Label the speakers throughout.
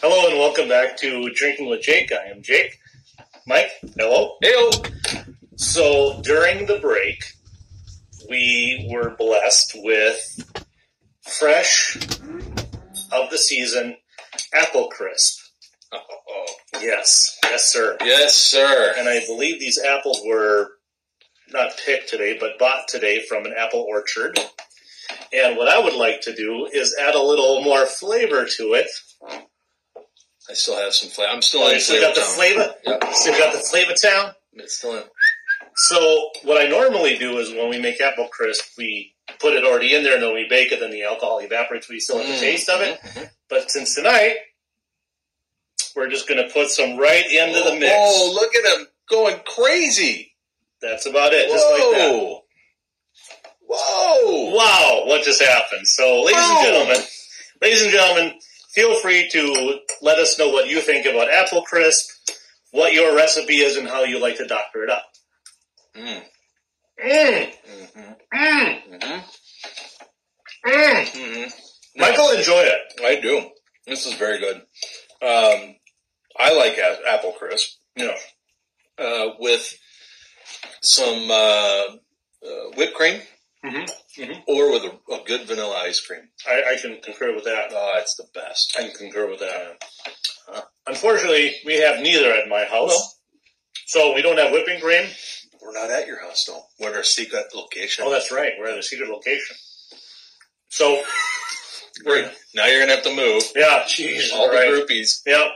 Speaker 1: Hello and welcome back to Drinking with Jake. I am Jake. Mike, hello.
Speaker 2: Heyo.
Speaker 1: So during the break, we were blessed with fresh of the season apple crisp.
Speaker 2: Oh, oh.
Speaker 1: Yes, yes, sir.
Speaker 2: Yes, sir.
Speaker 1: And I believe these apples were not picked today, but bought today from an apple orchard. And what I would like to do is add a little more flavor to it.
Speaker 2: I still have some flavor. I'm still
Speaker 1: Oh,
Speaker 2: in
Speaker 1: you still got
Speaker 2: flavor
Speaker 1: the
Speaker 2: town.
Speaker 1: flavor.
Speaker 2: Yep.
Speaker 1: Still got the flavor town.
Speaker 2: It's still in.
Speaker 1: So what I normally do is when we make apple crisp, we put it already in there, and then we bake it, then the alcohol evaporates. We still have the
Speaker 2: Mm.
Speaker 1: taste of it.
Speaker 2: Mhm.
Speaker 1: But since tonight, we're just going to put some right into the mix.
Speaker 2: Oh, look at him going crazy.
Speaker 1: That's about it. Just like that.
Speaker 2: Whoa. Whoa.
Speaker 1: Wow, what just happened? So, ladies
Speaker 2: Wow.
Speaker 1: and gentlemen, ladies and gentlemen, feel free to let us know what you think about apple crisp, what your recipe is, and how you like to doctor it up.
Speaker 2: Mm.
Speaker 1: Mm,
Speaker 2: Mhm.
Speaker 1: mm,
Speaker 2: Mhm.
Speaker 1: mm.
Speaker 2: Mhm.
Speaker 1: Michael, enjoy it.
Speaker 2: I do. This is very good. Um, I like a- apple crisp.
Speaker 1: No.
Speaker 2: uh, with some uh, uh, whipped cream
Speaker 1: Mhm,
Speaker 2: or with a, a good vanilla ice cream.
Speaker 1: I, I can concur with that.
Speaker 2: Oh, it's the best.
Speaker 1: I can concur with that. Uh, Unfortunately, we have neither at my house.
Speaker 2: Well.
Speaker 1: so we don't have whipping cream.
Speaker 2: We're not at your house though. We're at our secret location.
Speaker 1: Oh, that's right. We're at a secret location. So,
Speaker 2: Great. Now you're gonna have to move.
Speaker 1: yeah, jeez,
Speaker 2: All
Speaker 1: right.
Speaker 2: the groupies.
Speaker 1: Yeah.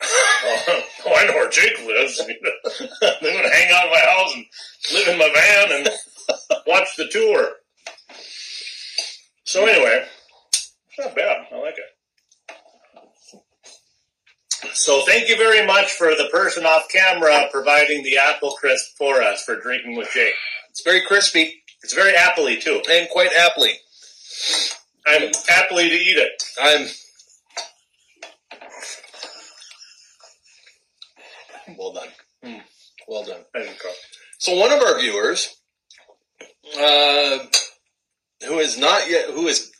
Speaker 1: Oh, I know where Jake lives. They're going to hang out at my house and live in my van and watch the tour. So, anyway, it's not bad. I like it. So, thank you very much for the person off camera providing the apple crisp for us for drinking with Jake.
Speaker 2: It's very crispy
Speaker 1: It's very appley, too.
Speaker 2: and quite aptly.
Speaker 1: I'm happily to eat it.
Speaker 2: I'm. Well done.
Speaker 1: Mm.
Speaker 2: Well done.
Speaker 1: I didn't cook.
Speaker 2: So one of our viewers, uh, who has not yet, who has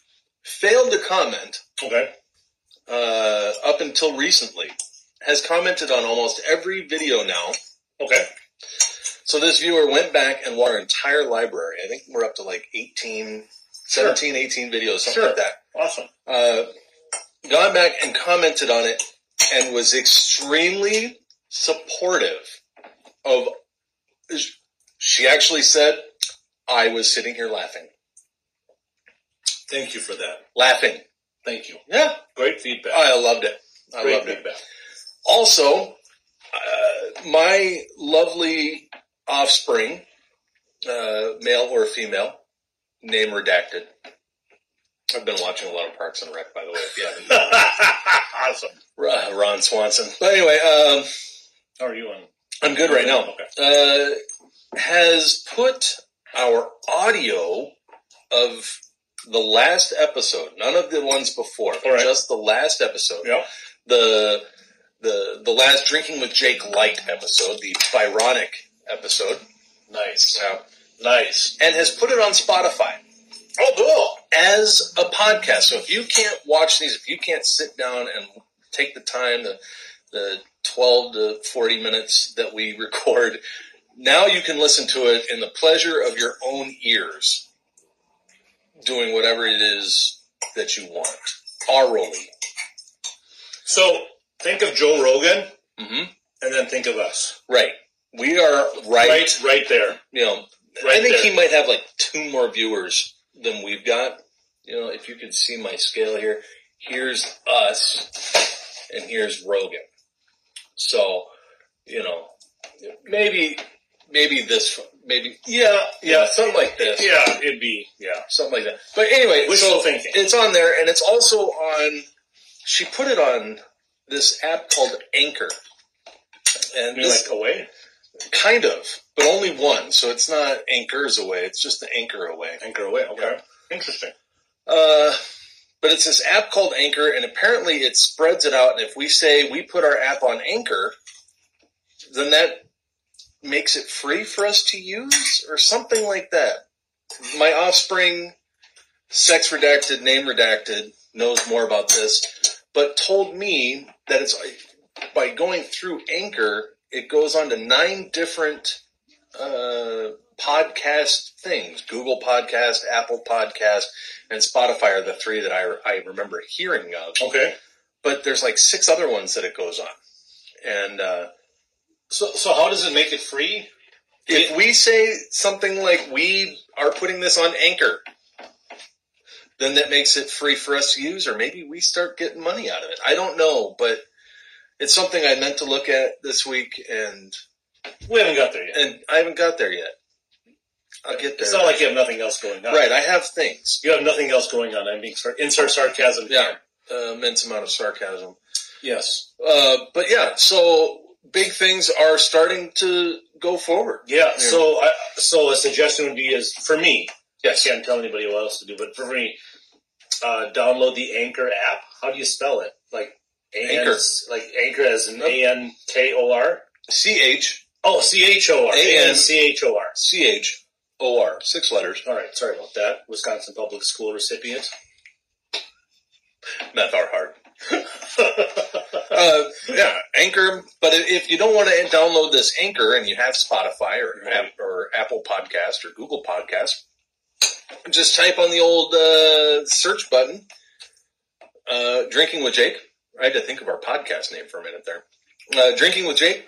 Speaker 2: failed to comment
Speaker 1: Okay.
Speaker 2: uh, up until recently, has commented on almost every video now.
Speaker 1: Okay.
Speaker 2: So this viewer went back and watched our entire library. I think we're up to like 18,
Speaker 1: Sure.
Speaker 2: 17, 18 videos, something like
Speaker 1: Sure.
Speaker 2: that.
Speaker 1: Awesome.
Speaker 2: Uh, gone back and commented on it and was extremely supportive of. She actually said, I was sitting here laughing.
Speaker 1: Thank you for that.
Speaker 2: Laughing.
Speaker 1: Thank you.
Speaker 2: Yeah.
Speaker 1: Great feedback.
Speaker 2: I loved it. I
Speaker 1: Great
Speaker 2: loved it.
Speaker 1: feedback.
Speaker 2: Also, uh, my lovely offspring, uh, male or female, name redacted. I've been watching a lot of Parks and Rec, by the way, if you haven't.
Speaker 1: awesome.
Speaker 2: Ron- Ron Swanson. But anyway, um,
Speaker 1: How are you on?
Speaker 2: I'm good right now.
Speaker 1: Okay.
Speaker 2: Uh, has put our audio of the last episode, none of the ones before, but
Speaker 1: All right.
Speaker 2: just the last episode,
Speaker 1: Yeah.
Speaker 2: the the the last drinking with Jake Light episode, the Byronic episode,
Speaker 1: Nice.
Speaker 2: uh,
Speaker 1: Nice.
Speaker 2: and has put it on Spotify
Speaker 1: Oh, cool.
Speaker 2: as a podcast. So if you can't watch these, if you can't sit down and take the time, the, the 12 to 40 minutes that we record, now you can listen to it in the pleasure of your own ears, doing whatever it is that you want. Orally.
Speaker 1: So think of Joe Rogan
Speaker 2: Mm-hmm.
Speaker 1: and then think of us.
Speaker 2: Right. We are right.
Speaker 1: Right, right, there.
Speaker 2: You know, I
Speaker 1: Right
Speaker 2: think
Speaker 1: there.
Speaker 2: he might have like two more viewers than we've got. You know, if you could see my scale here, here's us and here's Rogan. So, you know, maybe, maybe this, maybe,
Speaker 1: Yeah,
Speaker 2: yeah,
Speaker 1: yeah,
Speaker 2: something like this,
Speaker 1: yeah. It'd be yeah.
Speaker 2: something like that. But anyway,
Speaker 1: Wishful
Speaker 2: so
Speaker 1: thinking.
Speaker 2: it's on there and it's also on, she put it on this app called Anchor. And
Speaker 1: You mean
Speaker 2: this,
Speaker 1: like away?
Speaker 2: Kind of, but only one. So it's not anchors away. It's just the anchor away.
Speaker 1: Anchor away. Okay. Interesting.
Speaker 2: Uh, but it's this app called Anchor, and apparently it spreads it out. And if we say we put our app on Anchor, then that makes it free for us to use, or something like that. My offspring, sex redacted, name redacted, knows more about this. but told me that it's by going through Anchor, it goes on to nine different uh, podcast things: Google Podcast, Apple Podcast, and Spotify are the three that I I remember hearing of.
Speaker 1: Okay.
Speaker 2: But there's like six other ones that it goes on, and uh,
Speaker 1: So, so how does it make it free?
Speaker 2: if we say something like we are putting this on Anchor. Then that makes it free for us to use, or maybe we start getting money out of it. I don't know, but it's something I meant to look at this week, and
Speaker 1: We haven't got there yet.
Speaker 2: and I haven't got there yet. I'll get there.
Speaker 1: It's not like you have nothing else going on.
Speaker 2: right, I have things.
Speaker 1: You have nothing else going on. I mean, sar- insert sarcasm.
Speaker 2: Yeah, uh, immense amount of sarcasm.
Speaker 1: Yes.
Speaker 2: Uh, but yeah, so big things are starting to go forward.
Speaker 1: Yeah.
Speaker 2: Yeah.
Speaker 1: So, I, so a suggestion would be is for me.
Speaker 2: Yes.
Speaker 1: I can't tell anybody what else to do, but for me, uh, download the Anchor app. How do you spell it? Like
Speaker 2: Anchor.
Speaker 1: like Anchor as an A N K O R.
Speaker 2: C H
Speaker 1: Oh, C H O R.
Speaker 2: A-N.
Speaker 1: C H O R.
Speaker 2: C H O R. Six letters.
Speaker 1: All right, sorry about that. Wisconsin public school recipient.
Speaker 2: Meth are hard. Uh, yeah, Anchor. But i- if you don't want to download this Anchor and you have Spotify or
Speaker 1: Right.
Speaker 2: App- or Apple Podcast or Google Podcast, just type on the old uh, search button. Uh, Drinking with Jake. I had to think of our podcast name for a minute there. Uh, Drinking with Jake,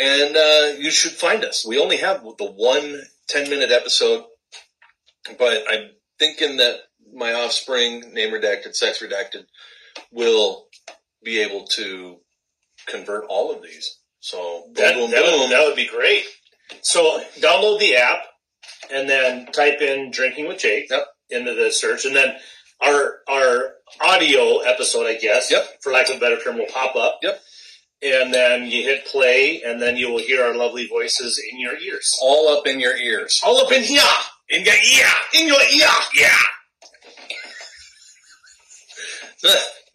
Speaker 2: and uh, you should find us. We only have the one 10 minute episode, but I'm thinking that my offspring, name redacted, sex redacted, will be able to convert all of these. So boom,
Speaker 1: that,
Speaker 2: boom,
Speaker 1: that
Speaker 2: boom.
Speaker 1: Would, that would be great. So download the app and then type in "drinking with Jake"
Speaker 2: Yep.
Speaker 1: into the search, and then our our audio episode, I guess,
Speaker 2: Yep.
Speaker 1: for lack of a better term, will pop up.
Speaker 2: Yep.
Speaker 1: And then you hit play, and then you will hear our lovely voices in your ears.
Speaker 2: all up in your ears.
Speaker 1: All up in here, in your ear, in your ear, yeah.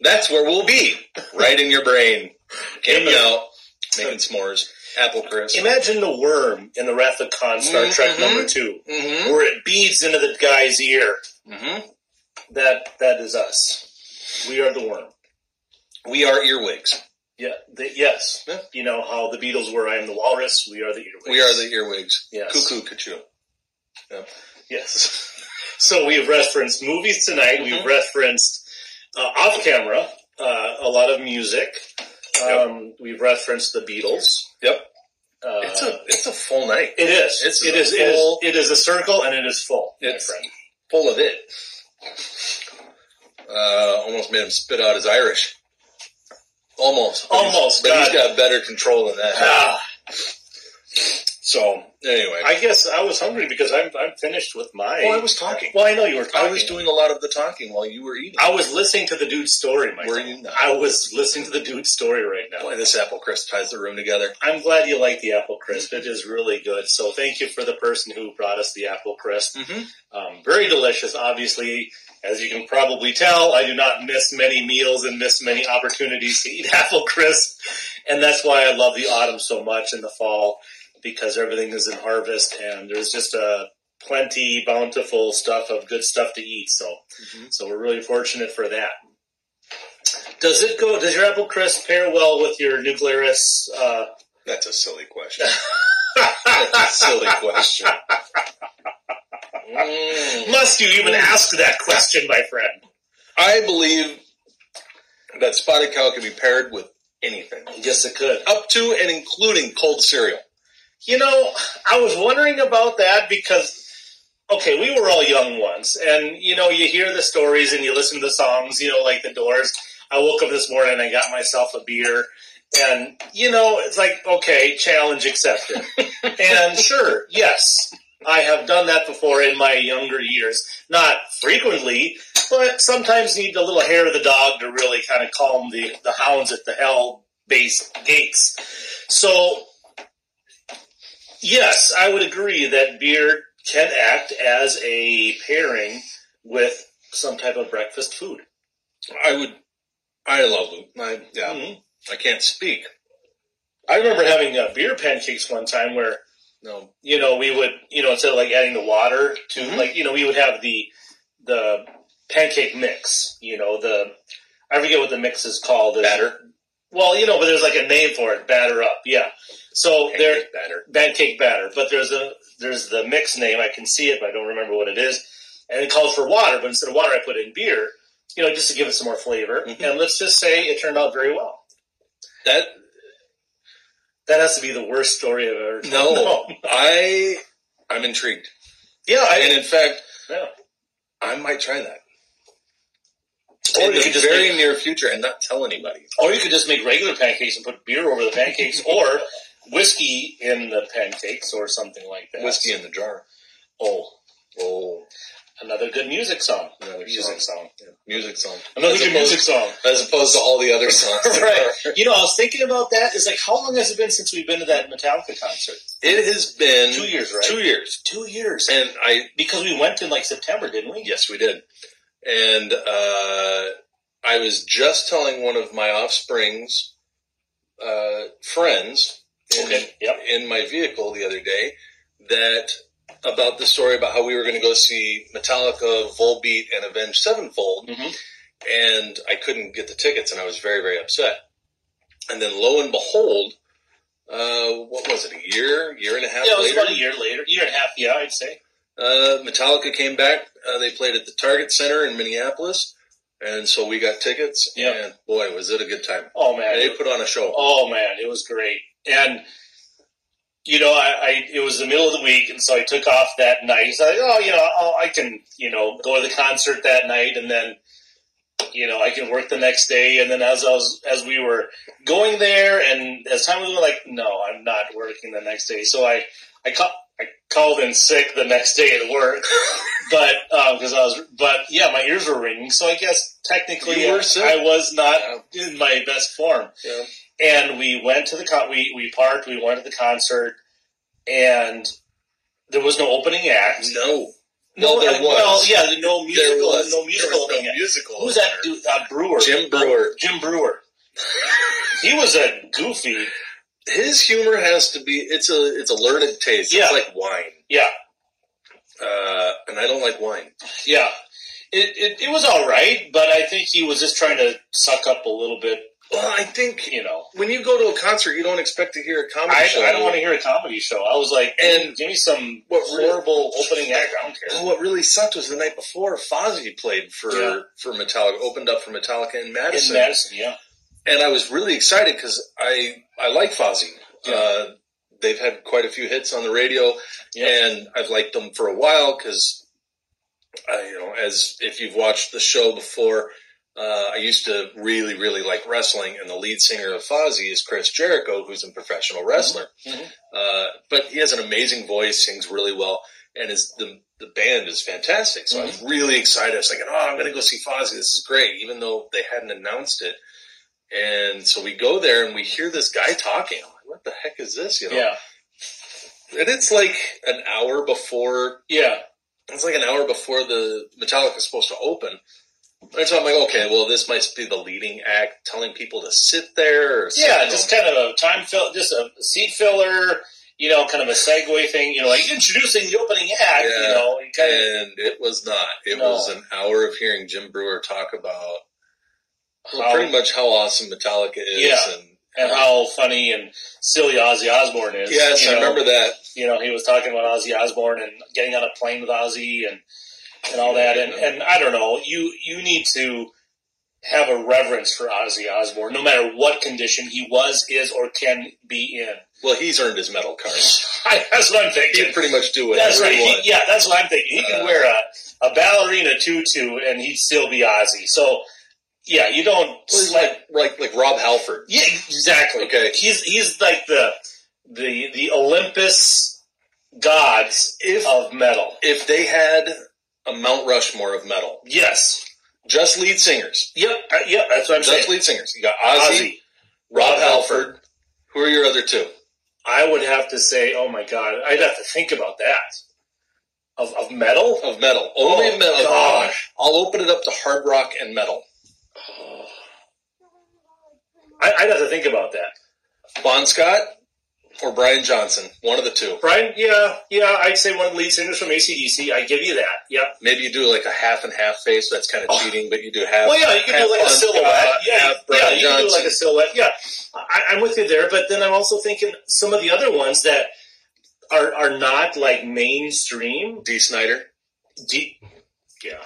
Speaker 2: That's where we'll be, right in your brain. Came
Speaker 1: Yeah.
Speaker 2: out making s'mores, apple crisp.
Speaker 1: Imagine the worm in the Wrath of Khan, Star Trek
Speaker 2: Mhm.
Speaker 1: number two,
Speaker 2: Mm-hmm.
Speaker 1: where it beads into the guy's ear.
Speaker 2: Mm-hmm.
Speaker 1: That that is us. We are the worm.
Speaker 2: We are earwigs.
Speaker 1: Yeah. The, yes.
Speaker 2: Yeah.
Speaker 1: You know how the Beatles were. I am the Walrus. We are the Earwigs.
Speaker 2: We are the earwigs.
Speaker 1: yes.
Speaker 2: Cuckoo, cuckoo.
Speaker 1: Yes. So we've referenced movies tonight. We've
Speaker 2: Mhm.
Speaker 1: referenced uh, off camera uh, a lot of music. Um, We've referenced the Beatles.
Speaker 2: Yep.
Speaker 1: Uh,
Speaker 2: It's a it's a full night,
Speaker 1: It is.
Speaker 2: it's
Speaker 1: it
Speaker 2: a
Speaker 1: is. It is.
Speaker 2: full-
Speaker 1: It is a circle, and it is full. my
Speaker 2: It's-
Speaker 1: friend.
Speaker 2: full of it. Uh, almost made him spit out his Irish. Almost, But he's-
Speaker 1: Almost,
Speaker 2: But he's
Speaker 1: God.
Speaker 2: got better control than that.
Speaker 1: Ah,
Speaker 2: So anyway,
Speaker 1: I guess I was hungry because I'm I'm finished with my.
Speaker 2: Well, I was talking.
Speaker 1: Well, I know you were talking.
Speaker 2: I was doing a lot of the talking while you were eating.
Speaker 1: I was listening to the dude's story, Michael.
Speaker 2: Were you not?
Speaker 1: I was listening to the dude's story right now.
Speaker 2: Boy, this apple crisp ties the room together.
Speaker 1: I'm glad you like the apple crisp.
Speaker 2: Mm-hmm.
Speaker 1: It is really good. So thank you for the person who brought us the apple crisp.
Speaker 2: Mm-hmm.
Speaker 1: Um, very delicious, obviously. As you can probably tell, I do not miss many meals and miss many opportunities to eat apple crisp. And that's why I love the autumn so much and the fall because everything is in harvest and there's just a plenty bountiful stuff of good stuff to eat. So,
Speaker 2: Mm-hmm.
Speaker 1: so we're really fortunate for that. Does it go, does your apple crisp pair well with your nuclearis, uh,
Speaker 2: That's a silly question. That's a silly question. Mm.
Speaker 1: Must you even ask that question, my friend?
Speaker 2: I believe that spotted cow can be paired with anything,
Speaker 1: Yes, it could.
Speaker 2: up to and including cold cereal.
Speaker 1: You know, I was wondering about that because, okay, we were all young once, and you know, you hear the stories and you listen to the songs, you know, like the Doors. I woke up this morning and I got myself a beer, and you know, it's like, okay, challenge accepted. and sure, yes, I have done that before in my younger years, not frequently, but sometimes need the little hair of the dog to really kind of calm the, the hounds at the hell base gates. So Yes, I would agree that beer can act as a pairing with some type of breakfast food.
Speaker 2: I would. I love them. I, yeah,
Speaker 1: Mhm.
Speaker 2: I can't speak.
Speaker 1: I remember having uh, beer pancakes one time where
Speaker 2: No,
Speaker 1: you know we would you know instead of like adding the water to
Speaker 2: Mhm.
Speaker 1: like you know we would have the the pancake mix. You know the I forget what the mix is called. There's-
Speaker 2: Batter.
Speaker 1: Well, you know, but there's like a name for it. Batter up. Yeah. So there,
Speaker 2: Pancake batter.
Speaker 1: pancake batter, but there's a there's the mix name. I can see it, but I don't remember what it is. And it calls for water, but instead of water, I put in beer. You know, just to give it some more flavor.
Speaker 2: Mhm.
Speaker 1: And let's just say it turned out very well.
Speaker 2: That
Speaker 1: That has to be the worst story I've ever. told.
Speaker 2: no, I I'm intrigued,
Speaker 1: Yeah, I,
Speaker 2: and in fact,
Speaker 1: yeah.
Speaker 2: I might try that
Speaker 1: Or
Speaker 2: in
Speaker 1: you
Speaker 2: the
Speaker 1: could just
Speaker 2: very
Speaker 1: make,
Speaker 2: near future and not tell anybody.
Speaker 1: or you could just make regular pancakes and put beer over the pancakes, or whiskey in the pancakes, or something like that.
Speaker 2: Whiskey in the jar.
Speaker 1: Oh,
Speaker 2: Oh,
Speaker 1: another good music song.
Speaker 2: Another
Speaker 1: music song.
Speaker 2: music song.
Speaker 1: Another
Speaker 2: As
Speaker 1: good
Speaker 2: opposed-
Speaker 1: music song.
Speaker 2: as opposed to all the other songs.
Speaker 1: right. You know, I was thinking about that. It's like, how long has it been since we've been to that Metallica concert?
Speaker 2: It has been
Speaker 1: Mm. Two years, right?
Speaker 2: Two years,
Speaker 1: Two years.
Speaker 2: and I
Speaker 1: Because we went in like September, didn't we?
Speaker 2: Yes, we did. And uh, I was just telling one of my offspring's uh, friends in,
Speaker 1: Okay. Yep.
Speaker 2: in my vehicle the other day that about the story about how we were going to go see Metallica, Volbeat, and Avenged Sevenfold,
Speaker 1: Mhm.
Speaker 2: and I couldn't get the tickets, and I was very, very upset. And then lo and behold, uh, what was it? A year, year and a half
Speaker 1: Yeah, it was
Speaker 2: later,
Speaker 1: about a year later, year and a half. Yeah, I'd say.
Speaker 2: uh, Metallica came back. Uh, they played at the Target Center in Minneapolis, and so we got tickets.
Speaker 1: Yeah.
Speaker 2: And boy, was it a good time!
Speaker 1: Oh man,
Speaker 2: They
Speaker 1: it-
Speaker 2: put on a show.
Speaker 1: oh man, it was great. And you know, I, I it was the middle of the week, and so I took off that night. So I, oh, you know, oh, I can you know go to the concert that night, and then you know I can work the next day. And then as I was as we were going there, and as time was going, like, no, I'm not working the next day. So I I called I called in sick the next day at work, but because I was but yeah, my ears were ringing. So I guess technically
Speaker 2: You were
Speaker 1: I-
Speaker 2: sick.
Speaker 1: I was not
Speaker 2: Yeah.
Speaker 1: in my best form
Speaker 2: Yeah.
Speaker 1: and we went to the con- we we parked. We went to the concert, and there was no opening act.
Speaker 2: No, No, there
Speaker 1: uh, Well,
Speaker 2: was.
Speaker 1: yeah, no
Speaker 2: there
Speaker 1: musical,
Speaker 2: was
Speaker 1: no musical
Speaker 2: There was
Speaker 1: opening
Speaker 2: no
Speaker 1: act.
Speaker 2: musical.
Speaker 1: Who's that dude? Uh, Brewer,
Speaker 2: Jim Brewer.
Speaker 1: Jim Brewer. he was a goofy.
Speaker 2: His humor has to be. It's a it's a learned taste.
Speaker 1: Yeah.
Speaker 2: It's like wine,
Speaker 1: Yeah,
Speaker 2: uh, and I don't like wine.
Speaker 1: yeah. It, it it was all right, but I think he was just trying to suck up a little bit.
Speaker 2: Well, I think
Speaker 1: You know,
Speaker 2: when you go to a concert, you don't expect to hear a comedy
Speaker 1: I,
Speaker 2: show.
Speaker 1: I don't want to hear a comedy show. I was like,
Speaker 2: And-
Speaker 1: give me some
Speaker 2: what really-
Speaker 1: horrible opening act. I don't care.
Speaker 2: Well, what really sucked was the night before Fozzy played for
Speaker 1: Yeah.
Speaker 2: for Metallica, opened up for Metallica in
Speaker 1: In
Speaker 2: Madison,
Speaker 1: Madison, yeah.
Speaker 2: and I was really excited because I I like Fozzy.
Speaker 1: Yeah.
Speaker 2: Uh, they've had quite a few hits on the radio,
Speaker 1: Yeah.
Speaker 2: and I've liked them for a while because I you know as if you've watched the show before. Uh, I used to really, really like wrestling, and the lead singer of Fozzy is Chris Jericho, who's a professional wrestler.
Speaker 1: Mhm.
Speaker 2: Uh, but he has an amazing voice, sings really well, and is the the band is fantastic. So
Speaker 1: Mm-hmm.
Speaker 2: I was really excited. I was thinking, oh, I'm going to go see Fozzy. This is great, even though they hadn't announced it. And so we go there and we hear this guy talking. I'm like, what the heck is this? You know,
Speaker 1: Yeah,
Speaker 2: and it's like an hour before.
Speaker 1: yeah.
Speaker 2: It's like an hour before the Metallica is supposed to open. And so I'm like, okay, well, this might be the leading act, telling people to sit there. Or
Speaker 1: Yeah,
Speaker 2: sit
Speaker 1: just kind of a time fill, just a seat filler, you know, kind of a segue thing, you know, like introducing the opening act, you
Speaker 2: Yeah.
Speaker 1: know, and kind of,
Speaker 2: and it was not. It
Speaker 1: No.
Speaker 2: was an hour of hearing Jim Brewer talk about well,
Speaker 1: How-
Speaker 2: pretty much how awesome Metallica is.
Speaker 1: Yeah.
Speaker 2: and,
Speaker 1: and how funny and silly Ozzy Osbourne is.
Speaker 2: yes,
Speaker 1: you
Speaker 2: I
Speaker 1: know.
Speaker 2: remember that.
Speaker 1: You know, he was talking about Ozzy Osbourne and getting on a plane with Ozzy and and all that, and and I don't know, you you need to have a reverence for Ozzy Osbourne, no matter what condition he was, is, or can be in.
Speaker 2: Well, he's earned his metal card.
Speaker 1: That's what I'm
Speaker 2: He
Speaker 1: thinking.
Speaker 2: can pretty much do whatever
Speaker 1: That's right.
Speaker 2: he
Speaker 1: He,
Speaker 2: wants.
Speaker 1: yeah, that's what I'm thinking. He can
Speaker 2: Uh,
Speaker 1: wear a, a ballerina tutu and he'd still be Ozzy. So, yeah, you don't
Speaker 2: Well, he's
Speaker 1: sweat.
Speaker 2: like like like Rob Halford.
Speaker 1: Yeah, exactly.
Speaker 2: Okay.
Speaker 1: He's he's like the the the Olympus gods
Speaker 2: If
Speaker 1: of metal.
Speaker 2: Um, if they had a Mount Rushmore of metal,
Speaker 1: Yes.
Speaker 2: just lead singers,
Speaker 1: Yep. Uh, yep. That's what I'm
Speaker 2: just
Speaker 1: saying.
Speaker 2: lead singers. You got Ozzy,
Speaker 1: Ozzy.
Speaker 2: Rob Halford. Who are your other two?
Speaker 1: I would have to say, oh my god, I'd have to think about that. Of of metal.
Speaker 2: Of metal, only
Speaker 1: Oh,
Speaker 2: of metal.
Speaker 1: gosh.
Speaker 2: I'll open it up to hard rock and metal.
Speaker 1: I, I'd have to think about that.
Speaker 2: Bon Scott, or Brian Johnson, one of the two.
Speaker 1: Brian, yeah, yeah, I'd say one of the lead singers from ACDC. I give you that. Yep.
Speaker 2: Maybe you do like a half and half face. That's kind of
Speaker 1: Oh.
Speaker 2: cheating, but you do half.
Speaker 1: Well, yeah, you can
Speaker 2: half
Speaker 1: do like a
Speaker 2: Bon
Speaker 1: silhouette.
Speaker 2: Scott,
Speaker 1: yeah,
Speaker 2: half
Speaker 1: yeah,
Speaker 2: Brian
Speaker 1: you can do like
Speaker 2: Johnson.
Speaker 1: a silhouette. Yeah, I, I'm with you there. But then I'm also thinking some of the other ones that are are not like mainstream.
Speaker 2: D. Snyder.
Speaker 1: Deep. Yeah.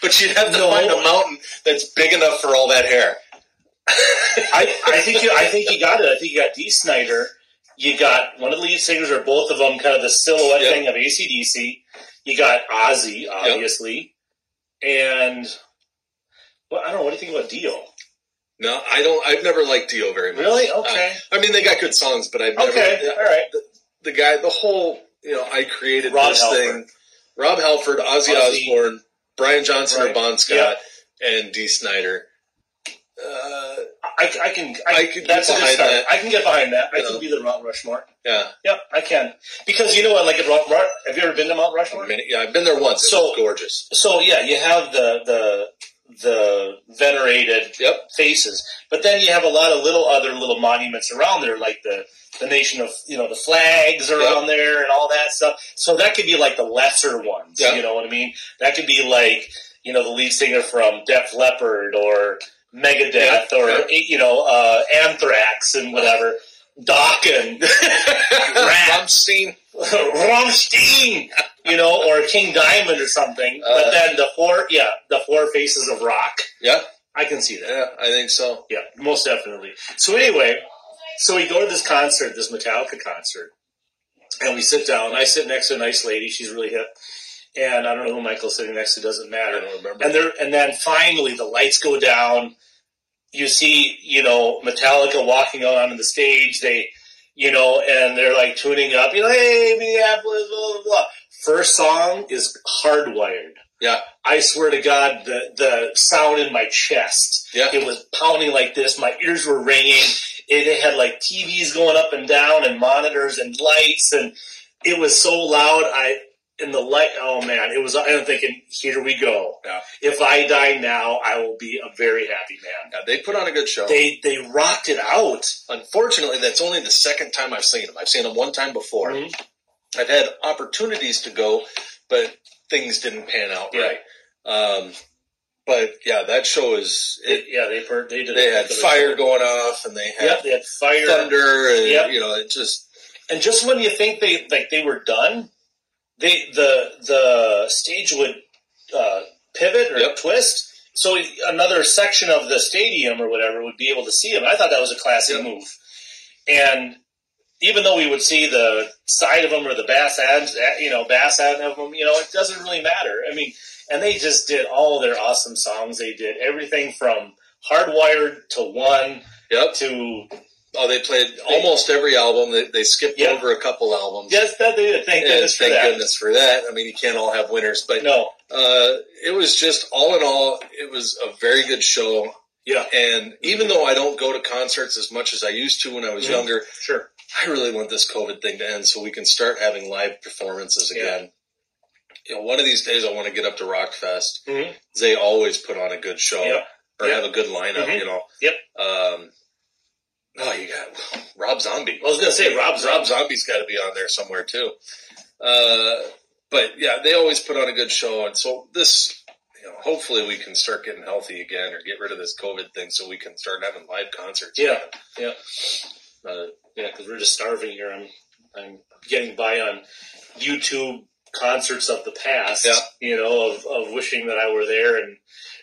Speaker 2: But you'd have to
Speaker 1: No.
Speaker 2: find a mountain that's big enough for all that hair.
Speaker 1: I, I think you, I think you got it. I think you got D. Snyder. You got one of the lead singers, or both of them, kind of the silhouette
Speaker 2: Yep.
Speaker 1: thing of ACDC. You got Ozzy, obviously, and well, I don't know. What do you think about Dio?
Speaker 2: No, I don't. I've never liked Dio very much.
Speaker 1: Really? Okay.
Speaker 2: I mean, they got good songs, but I've never.
Speaker 1: okay. All right.
Speaker 2: The guy, the whole, you know, I created
Speaker 1: Rob
Speaker 2: this
Speaker 1: Halford.
Speaker 2: thing. Rob Halford, Ozzy,
Speaker 1: Ozzy.
Speaker 2: Osbourne, Brian Johnson
Speaker 1: Right.
Speaker 2: or Bon Scott, and D. Snyder. Uh,
Speaker 1: I, I can. I,
Speaker 2: I could get
Speaker 1: that's a good
Speaker 2: behind
Speaker 1: start.
Speaker 2: that.
Speaker 1: I can get behind that. I
Speaker 2: Yeah.
Speaker 1: can be the Mount Rushmore.
Speaker 2: yeah,
Speaker 1: Yep, I can. Because you know what? Like at Mount Rushmore, have you ever been to Mount Rushmore?
Speaker 2: I mean, yeah, I've been there once. It
Speaker 1: So-
Speaker 2: was gorgeous.
Speaker 1: So yeah, you have the the the venerated
Speaker 2: Yep.
Speaker 1: faces. But then you have a lot of little other little monuments around there, like the the nation of you know the flags are
Speaker 2: Yeah.
Speaker 1: on there and all that stuff. So that could be like the lesser ones.
Speaker 2: Yeah.
Speaker 1: You know what I mean? That could be like you know the lead singer from Def Leppard or Megadeth
Speaker 2: Yeah,
Speaker 1: or
Speaker 2: yeah.
Speaker 1: you know uh, Anthrax and whatever. Dokken,
Speaker 2: Rammstein.
Speaker 1: Rammstein, you know, or King Diamond or something.
Speaker 2: Uh,
Speaker 1: but then the four, yeah, the four faces of rock.
Speaker 2: Yeah,
Speaker 1: I can see that.
Speaker 2: yeah, I think so.
Speaker 1: Yeah, most definitely. So anyway, so we go to this concert, this Metallica concert, and we sit down. I sit next to a nice lady; she's really hip, and I don't know who Michael's sitting next to. Doesn't
Speaker 2: I
Speaker 1: matter.
Speaker 2: don't remember.
Speaker 1: And there, and then finally, the lights go down. You see, you know, Metallica walking out onto the stage. They, you know, and they're like tuning up. You know, hey, Minneapolis, blah blah blah. First song is Hardwired.
Speaker 2: yeah,
Speaker 1: I swear to God, the the sound in my chest.
Speaker 2: Yeah.
Speaker 1: It was pounding like this. My ears were ringing. It, it had like TVs going up and down and monitors and lights and it was so loud. I in the light. Oh man, it was. I'm thinking, here we go.
Speaker 2: Yeah.
Speaker 1: If I die now, I will be a very happy man.
Speaker 2: yeah, they put on a good show.
Speaker 1: They they rocked it out.
Speaker 2: Unfortunately, that's only the second time I've seen them. I've seen them one time before.
Speaker 1: Mm-hmm.
Speaker 2: I've had opportunities to go, but things didn't pan out
Speaker 1: Yeah.
Speaker 2: right. Um, but yeah, that show is
Speaker 1: It-
Speaker 2: it,
Speaker 1: yeah, they per- they did.
Speaker 2: they
Speaker 1: a
Speaker 2: had
Speaker 1: heck of a
Speaker 2: fire
Speaker 1: job.
Speaker 2: going off and they
Speaker 1: Yep,
Speaker 2: had
Speaker 1: they had fire.
Speaker 2: thunder and
Speaker 1: Yep.
Speaker 2: you know it just
Speaker 1: and just when you think they like they were done, they the the stage would uh, pivot or
Speaker 2: Yep.
Speaker 1: twist, so another section of the stadium or whatever would be able to see him. I thought that was a classy
Speaker 2: Yep.
Speaker 1: move, and even though we would see the side of him or the bass end, you know, bass end of him, you know, it doesn't really matter. I mean, and they just did all their awesome songs. They did everything from Hardwired to One
Speaker 2: yep.
Speaker 1: to
Speaker 2: Oh, they played almost every album. They, they skipped
Speaker 1: Yep.
Speaker 2: over a couple albums.
Speaker 1: yes, that they did. Thank
Speaker 2: And
Speaker 1: goodness for
Speaker 2: thank
Speaker 1: that.
Speaker 2: goodness for that. I mean, you can't all have winners, but
Speaker 1: No,
Speaker 2: uh, it was just all in all, it was a very good show.
Speaker 1: yeah,
Speaker 2: And even though I don't go to concerts as much as I used to when I was
Speaker 1: Mhm.
Speaker 2: younger,
Speaker 1: sure.
Speaker 2: I really want this COVID thing to end so we can start having live performances again. You know, one of these days I want to get up to Rockfest.
Speaker 1: Mhm.
Speaker 2: They always put on a good show
Speaker 1: Yeah.
Speaker 2: or
Speaker 1: Yeah.
Speaker 2: have a good lineup,
Speaker 1: Mhm.
Speaker 2: you know.
Speaker 1: Yep.
Speaker 2: Um, oh, you got Rob Zombie.
Speaker 1: I was gonna say Rob
Speaker 2: Rob
Speaker 1: Zombie.
Speaker 2: Zombie's got to be on there somewhere too. Uh, but yeah, they always put on a good show, and so this, you know, hopefully we can start getting healthy again or get rid of this COVID thing so we can start having live concerts.
Speaker 1: Yeah,
Speaker 2: again. Uh,
Speaker 1: Yeah, because we're just starving here. I'm I'm getting by on YouTube concerts of the past.
Speaker 2: Yeah.
Speaker 1: You know, of, of wishing that I were there, and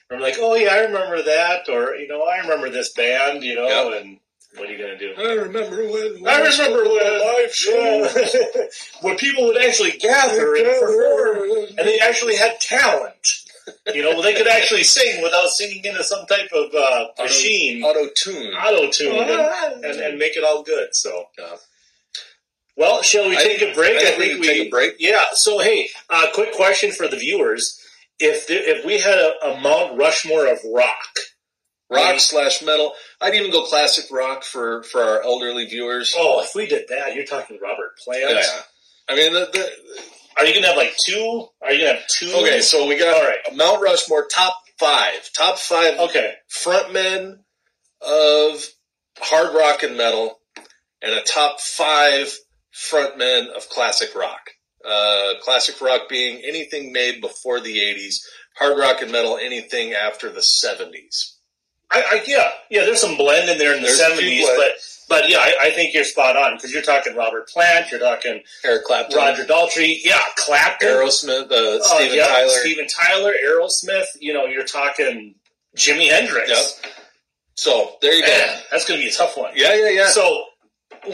Speaker 1: I'm like, oh yeah, I remember that, or you know, I remember this band. You know, and what are you gonna do?
Speaker 2: I remember when.
Speaker 1: I remember when
Speaker 2: live show.
Speaker 1: yeah, where people would actually gather and perform, and they actually had talent. You know, well, they could actually sing without singing into some type of uh, machine,
Speaker 2: Auto tune.
Speaker 1: auto tune, and and, and make it all good. So,
Speaker 2: Yeah.
Speaker 1: well, shall we
Speaker 2: I
Speaker 1: take a break?
Speaker 2: I think we can take a break.
Speaker 1: Yeah. So, hey, uh, quick question for the viewers: If the, if we had a, a Mount Rushmore of rock,
Speaker 2: Rock
Speaker 1: Mhm.
Speaker 2: slash metal. I'd even go classic rock for for our elderly viewers.
Speaker 1: oh, if we did that, you're talking Robert Plant.
Speaker 2: yeah. I mean, the, the,
Speaker 1: Are you gonna have like two? Are you gonna have two?
Speaker 2: okay, so we got
Speaker 1: All right.
Speaker 2: Mount Rushmore top five, top five
Speaker 1: Okay.
Speaker 2: frontmen of hard rock and metal, and a top five frontman of classic rock. Uh, classic rock being anything made before the 80s, hard rock and metal anything after the 70s.
Speaker 1: I, I, yeah, yeah. There's some blend in there in the
Speaker 2: There's
Speaker 1: seventies,
Speaker 2: a few
Speaker 1: but but yeah, I, I think you're spot on because you're talking Robert Plant, you're talking
Speaker 2: Eric Clapton,
Speaker 1: Roger Daltrey, yeah, Clapton,
Speaker 2: Aerosmith, uh,
Speaker 1: uh,
Speaker 2: Steven
Speaker 1: yeah,
Speaker 2: Tyler.
Speaker 1: Steven Tyler, Aerosmith. You know, you're talking Jimi Hendrix.
Speaker 2: So there you go.
Speaker 1: Man, that's going to be a tough one.
Speaker 2: Yeah, yeah, yeah.
Speaker 1: So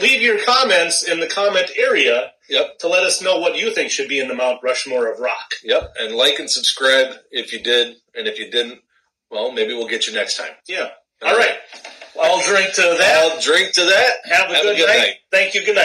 Speaker 1: leave your comments in the comment area
Speaker 2: yep,
Speaker 1: to let us know what you think should be in the Mount Rushmore of rock.
Speaker 2: yep. And like and subscribe if you did, and if you didn't, well, maybe we'll get you next time.
Speaker 1: Yeah. All right. I'll drink to that.
Speaker 2: I'll drink to that.
Speaker 1: Have a, good, night. Thank you. Good night.